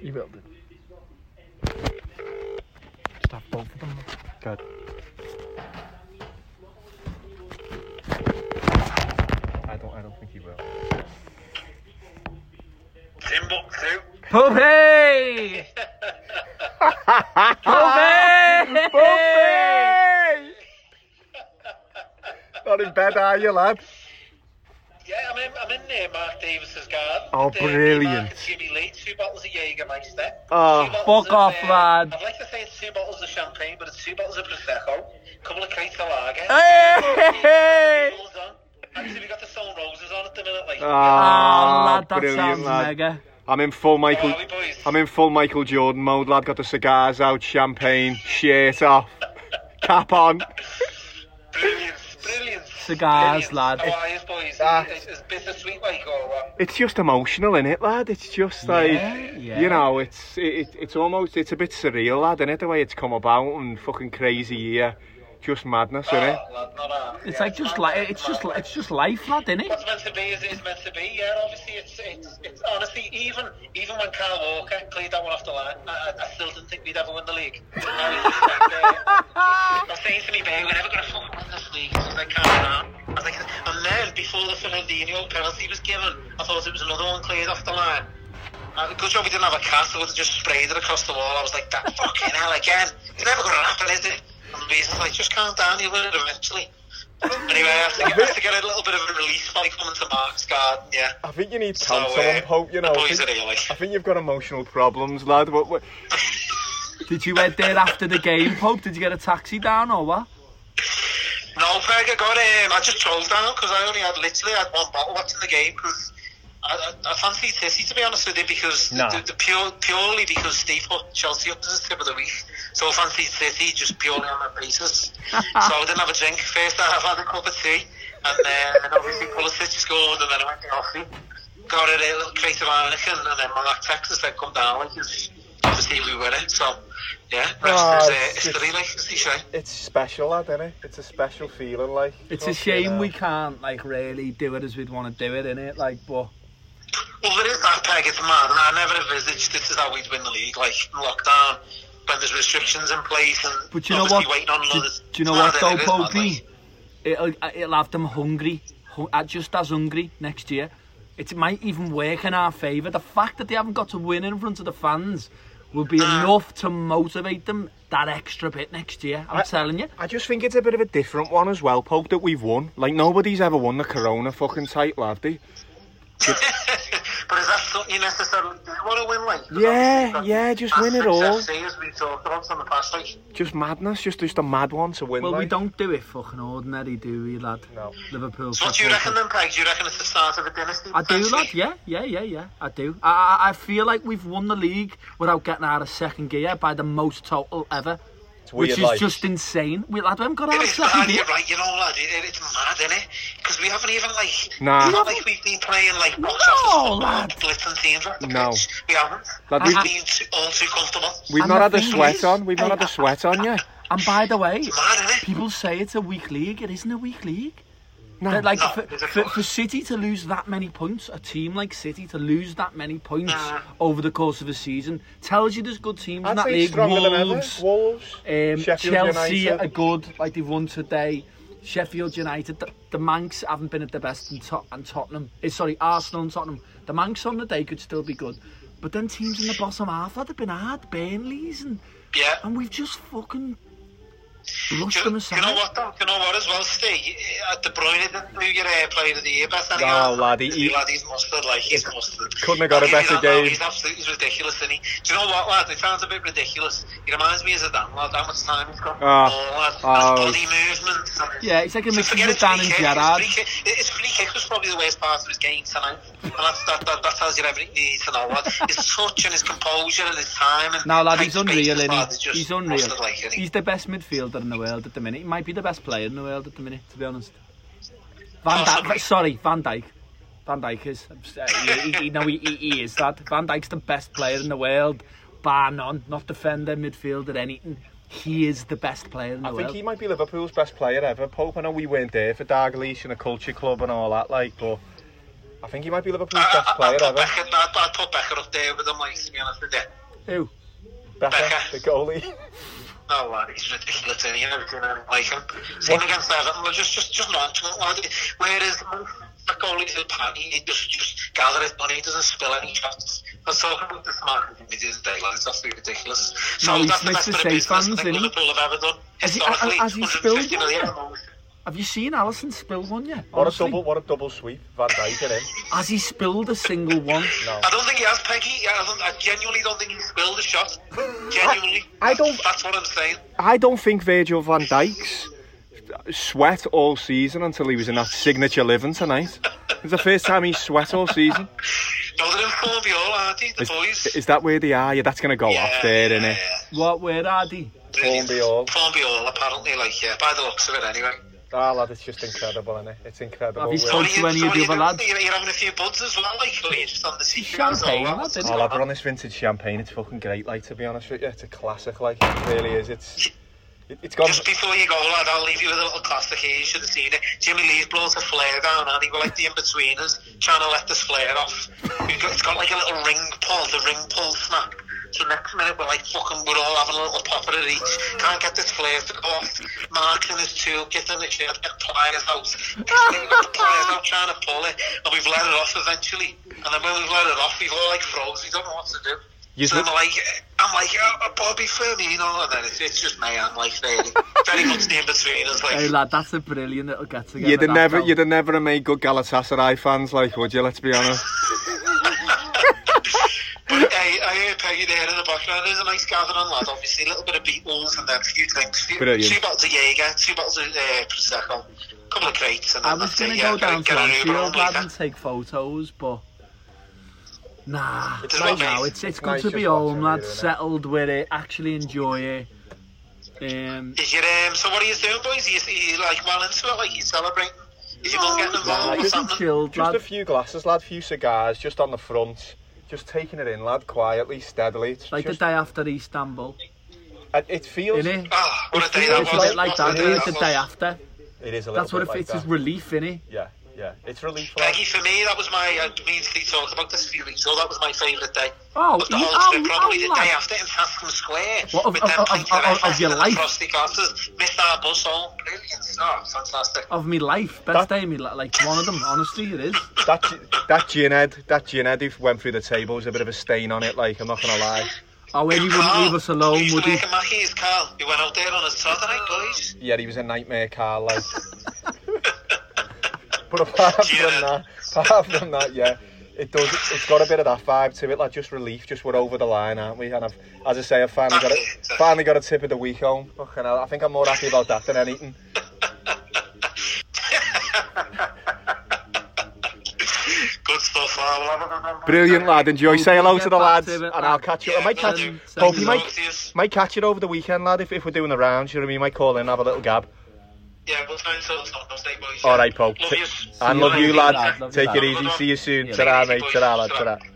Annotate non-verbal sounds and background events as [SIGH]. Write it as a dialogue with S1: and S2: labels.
S1: You will do.
S2: Just have both of them. Good. I don't. I don't think he will.
S3: Timbuktu.
S1: Poopy! [LAUGHS] Poopy!
S2: Not in bed, are you, lad?
S3: Yeah, I'm in, I'm in near Mark Davis's garden.
S2: Oh,
S3: There, me,
S2: brilliant.
S3: Mark and Jimmy Lee, two bottles of Jägermeister.
S2: Oh,
S3: Two bottles
S1: fuck
S3: of,
S1: off,
S3: uh,
S1: lad.
S3: I'd like to say it's two bottles of champagne, but it's two bottles of Prosecco, a couple of crates of lager.
S1: Hey!
S3: Beatles on. Actually, we got the Stone Roses on at the minute, like.
S1: Ah, lad, that
S2: brilliant,
S1: sounds
S2: lad.
S1: mega.
S2: I'm in full Michael.
S3: How are we, boys?
S2: I'm in full Michael Jordan mode, lad. Got the cigars out, champagne, shirt off, cap on.
S3: Brilliant, brilliant.
S1: Cigars,
S3: brilliant.
S1: lad.
S3: How are you, boys?
S2: Ah.
S3: Is, is bittersweet like or what?
S2: It's just emotional, innit, lad? It's just like
S1: yeah.
S2: you know, it's it, it's almost it's a bit surreal, lad, innit? The way it's come about and fucking crazy year, just madness,
S3: Oh,
S2: innit?
S3: lad, not hard.
S1: It's
S3: Yeah,
S1: like just
S3: mad,
S1: like
S3: mad,
S1: it's just
S3: mad.
S1: it's just life, lad, innit?
S3: What's meant to be is, is meant to be. Yeah, and obviously it's, it's it's honestly even even when Kyle Walker cleared that one off the line, I, I- I still didn't think we'd ever win the league. I was just like, uh, I was saying to me, babe, we're never gonna fucking win this league. She's like, calm down. I was like, and then before the Fernandinho penalty was given, I thought it was another one cleared off the line. Uh, good job we didn't have a cat, I would have just sprayed it across the wall. I was like, that fucking hell again. It's never going to happen, is it? And Mason's like, just calm down, you'll learn it eventually. Anyway, I have, to get, I have to get a little bit of a release by coming to Mark's garden, yeah.
S2: I think you need
S3: So, uh, the boys are here, like.
S2: I think you've got emotional problems, lad. What, what,
S1: Did you head there after the game, Pope? Did you get a taxi down or what?
S3: No, Greg, I got um, I just chose down because I only had literally had one bottle watching the game because I, I, I fancy City to be honest with you because
S2: Nah.
S3: the, the pure, purely because Steve put Chelsea up as his tip of the week, so I fancy City just purely on that
S2: [LAUGHS]
S3: basis. so I didn't have a drink first. I had a cup of tea, and then and obviously Pulisic scored, and then I went to coffee. Got a little crate of Heineken, and then Mark Texas said, "Come down," like, 'cause obviously we were it. So yeah, rest
S2: Ah,
S3: is uh,
S2: it's-
S3: history, like as they say.
S2: it's special, lad, innit? It's a special feeling, like.
S1: It's a shame we can't like really do it as we'd want to do it, innit? Like, but
S3: Well, there is that peg. It's mad. And I never envisaged this is how we'd win the league, like in lockdown, when there's restrictions in place and
S1: But you know
S3: obviously
S1: what?
S3: waiting on
S1: Do,
S3: others.
S1: do you know
S3: It's
S1: what
S3: mad, it
S1: though,
S3: is mad,
S1: Popey?
S3: like.
S1: It'll, it'll have them hungry, hu- uh, just as hungry next year. It might even work in our favour. The fact that they haven't got to win in front of the fans will be enough to motivate them that extra bit next year. I'm telling you.
S2: I just think it's a bit of a different one as well, Pope, that we've won. Like, nobody's ever won the Corona fucking title, have they?
S3: [LAUGHS] but is that something you necessarily do want to win, like? 'Cause
S2: Yeah,
S3: obviously that-
S2: yeah, just
S3: that
S2: win it
S3: success
S2: all.
S3: here, As we talked about in the past, like,
S2: Just madness, just just a mad one to win.
S1: Well, we
S2: like.
S1: don't do it fucking ordinary, do we, lad?
S2: No.
S1: Liverpool.
S3: so what do you reckon
S1: Football
S3: then, Peg? Do you reckon it's the start of a dynasty?
S1: I do,
S3: potentially?
S1: lad. Yeah, yeah, yeah, yeah. I do. I, I, I feel like we've won the league without getting out of second gear by the most total ever,
S2: It's
S1: which
S2: weird,
S1: is
S2: like.
S1: just insane. We lad, we haven't got out
S3: It
S1: of
S3: is mad,
S1: second gear.
S3: you're right, you know, lad. It, it, it's mad, innit? Because we haven't even, like,
S2: Nah.
S3: it's not like we've been playing, like, box
S1: No,
S3: office football,
S1: lad.
S3: blitzing teams off the
S2: No.
S3: pitch. We haven't.
S2: Lad,
S3: we've
S2: we've-
S3: been too, all too comfortable.
S2: We've
S1: And
S2: not
S1: the
S2: had the
S1: thing
S2: sweat
S1: is-
S2: on. We've
S1: Hey,
S2: not had the sweat on yet.
S1: And by the way,
S3: Mad, innit?
S1: people say it's a weak league. It isn't a weak league.
S2: No.
S1: That, like
S3: No,
S1: for,
S3: it's a
S1: for,
S3: fuck.
S1: for City to lose that many points, a team like City to lose that many points
S3: Mm.
S1: over the course of a season tells you there's good teams in
S2: I'd
S1: that
S2: say
S1: league.
S2: stronger than ever.
S1: Wolves,
S2: Wolves,
S1: Um,
S2: Sheffield
S1: Chelsea
S2: United.
S1: are good, like they've won today. Sheffield United, the, the Manx haven't been at their best, and, Tot- and Tottenham, eh, sorry, Arsenal and Tottenham. The Manx on the day could still be good, but then teams in the bottom half that have been hard, Burnley's, and,
S3: Yeah.
S1: and we've just fucking
S3: Do
S1: brushed
S3: you,
S1: them
S3: do
S1: aside.
S3: you know what, though? Do you know what as well, Steve? At De Bruyne didn't do your uh, player of the year best.
S2: No, Oh, lad, he- he-
S3: lad, he's mustard, like, he's mustard.
S2: Couldn't have got a
S3: I'll give you
S2: better
S3: that, though,
S2: game.
S3: He's absolutely he's ridiculous, isn't he? Do you know what, lad? It sounds a bit ridiculous. He reminds me of Zidane, lad. How much time he's got?
S2: Ah.
S3: oh, lad. His
S2: Oh.
S3: body movement. and-
S1: Yeah, it's like a
S3: So
S1: mix of
S3: forget his
S1: Zidane
S3: free
S1: and
S3: kick,
S1: Gerrard.
S3: His free, kick, his free kick was probably the worst part of his game tonight. And that's, that, that, that tells you everything you need to know.
S1: [LAUGHS]
S3: Lad. His touch and his composure and his time. And
S1: No, lad,
S3: tight
S1: he's
S3: spaces,
S1: unreal,
S3: lad,
S1: is
S3: just
S1: He's unreal.
S3: mustard, like, isn't he?
S1: He's the best midfielder in the world at the minute. He might be the best player in the world at the minute, to be honest. Van
S3: Possibly.
S1: Dijk, sorry, Van Dijk. Van Dijk is, uh, he, he, he, no, he, he- he is that. Van Dijk's the best player in the world, bar none. Not defender, midfielder, anything. He is the best player in the
S2: I
S1: world.
S2: think he might be Liverpool's best player ever, Pope. I know we weren't there for Dalglish and a culture club and all that, like, but I think he might be Liverpool's best player
S3: I'd, put
S2: ever.
S3: Becker, I'd, I'd put Becker up there with him, like, to be honest with you.
S1: Who?
S2: Becker, the goalie.
S3: Oh, lad, he's ridiculous, and you never gonna like him. Same against Everton, they're just, just, just nonchalant, lad. Whereas the goalie to the party, he just, just gathers his money, he doesn't spill any shots. I was talking about this man in the day, lad, it's absolutely ridiculous. So
S1: No, he
S3: that's the
S1: smokes
S3: best
S1: the
S3: bit of
S1: safe
S3: business
S1: fans,
S3: I think
S1: didn't he?
S3: Liverpool have ever done.
S1: Has he-
S3: Historically,
S1: has he spilled
S3: 150 million.
S1: Have you seen Allison spill one yet?
S2: What a
S1: Honestly.
S2: double! What a double sweep! Van Dijk in him.
S1: Has he spilled a single one?
S2: No.
S3: I don't think he has, Peggy. I, don't, I genuinely don't think he spilled a shot. Genuinely.
S1: [LAUGHS]
S2: I don't-
S3: That's what I'm saying.
S2: I don't think Virgil Van Dijk's sweat all season until he was in that signature living tonight. It's the first time he sweat all season.
S3: No, they're in form, you all, aren't they? The boys.
S2: Is, is that where they are? Yeah, that's going to go off there,
S3: yeah,
S2: innit?
S3: yeah.
S1: What? Where are they?
S2: Formby Hall.
S3: Formby Hall, apparently, like, yeah, by the looks of it, anyway.
S2: Ah, lad, it's just incredible, innit? It's incredible.
S1: Have you
S2: We're-
S1: spoke to any of the other lads?
S3: You're, you're having a few buds as well, like, or you're just on the sea.
S1: Champagne, lad, isn't
S2: Oh,
S1: it?
S2: lad, we're on this vintage champagne. It's fucking great, like, to be honest with you. It's a classic, like, it really is. It's, it, it's gone.
S3: Just before you go, lad, I'll leave you with a little classic here. You should have seen it. Jimmy Lee's brought a flare down, and he were like the in-betweeners, trying to let this flare off. We've got- It's got like a little ring pull, the ring pull snap. So next minute, we're like, fucking, we're all having a little pop at it each. Can't get this flare to go off. Mark's in his tube, getting the shirt, get pliers out. Next thing, we've got the pliers out, trying to pull it, and we've let it off eventually. And then when we've let it off, we've all like froze. We don't know what to do.
S2: You
S3: so
S2: look-
S3: I'm like, I'm like, oh, Bobby Firmino, and then it's, it's just me. I'm like, really, very much the in between. It's like,
S1: Hey lad, that's a brilliant little get together.
S2: You'd have never, you'd have never have made good Galatasaray fans, like, would you? Let's be honest.
S3: but, hey, I hear Peggy there in the background. There's a nice gathering lad, obviously. A little bit of Beatles and then a few drinks. Few,
S2: Brilliant.
S3: Two bottles of Jaeger, two bottles of uh, Prosecco, a couple of crates, and then
S1: I was
S3: that's it,
S1: gonna
S3: yeah,
S1: go down to
S3: get an Uber
S1: Anfield
S3: home
S1: lad
S3: later.
S1: and take photos, but nah.
S3: It's
S1: Right
S3: not
S1: now,
S3: nice.
S1: it's it's
S2: Nice
S1: good to
S2: just
S1: be
S2: watching
S1: home,
S2: you
S1: lad.
S2: doing it.
S1: Settled with it, actually enjoy it. Um,
S3: Is your, um, so what are you doing, boys? Are you, are you like well into it? Like you celebrating? Is your mum getting
S1: nah,
S3: involved? or
S1: just be
S3: something?
S1: chilled,
S2: Just a
S1: lad.
S2: few glasses, lad. Few cigars, just on the front. Just taking it in, lad, quietly, steadily. It's
S1: Like the
S2: just,
S1: day after Istanbul,
S2: uh, it feels.
S1: innit?
S3: Ah, what a day that
S1: It's a
S3: was!
S1: bit like
S3: What a
S1: that,
S2: day
S1: innit?
S2: that
S1: The
S3: was.
S1: day after.
S2: It is a little
S1: That's what
S2: bit
S1: it
S2: like
S1: it's
S2: that.
S1: just relief, innit?
S2: yeah, yeah. It's relief, lad.
S3: Peggy, for me, that was my. I mean, we talked about this a few weeks ago. That was my favourite day.
S1: Oh,
S3: Of the
S1: you-
S3: whole trip,
S1: oh,
S3: probably
S1: oh,
S3: the day
S1: lad.
S3: after in Hampton Square.
S1: What, of-
S3: with
S1: of-
S3: them
S1: of-
S3: pink
S1: of- of-
S3: elephants
S1: of your
S3: and
S1: life?
S3: The frosty glasses, missed our bus home. Brilliant stuff. Fantastic.
S1: Of me life, best day of me life. Like one of them, honestly, it is.
S2: That that gin head, that gin head who went through the table was a bit of a stain on it. Like I'm not gonna lie.
S1: Oh, and he wouldn't
S3: Carl,
S1: leave us alone,
S3: he used
S1: would
S3: to
S1: he?
S3: work at Mackey's, Carl. He went out there on his Saturday, boys.
S2: Yeah, he was a nightmare car. Like, but apart from that, apart from that, yeah, it does. It's got a bit of that vibe to it. Like just relief, just we're over the line, aren't we? And I've, as I say, I've finally got it. Finally got a tip of the week home. Fucking hell, I think I'm more happy about that than anything.
S3: Good stuff. I love it.
S2: Brilliant lad, enjoy. Say hello to the lads, and I'll catch you. I might
S3: Yeah,
S2: catch.
S3: um,
S2: Hope you
S1: Mike-
S2: might. Might catch it over the weekend, lad. If, if we're doing the rounds, you know what I mean. Might call in, and have a little gab.
S3: Yeah, we'll try and sort something out today, boys.
S2: All right, Pope.
S3: Love you.
S2: And love you,
S1: later,
S2: lad.
S1: lad. Love you,
S2: Take it
S1: lad.
S2: easy. See you soon.
S1: Yeah.
S2: Ta-ra, mate. Ta-ra, lad. Ta-ra.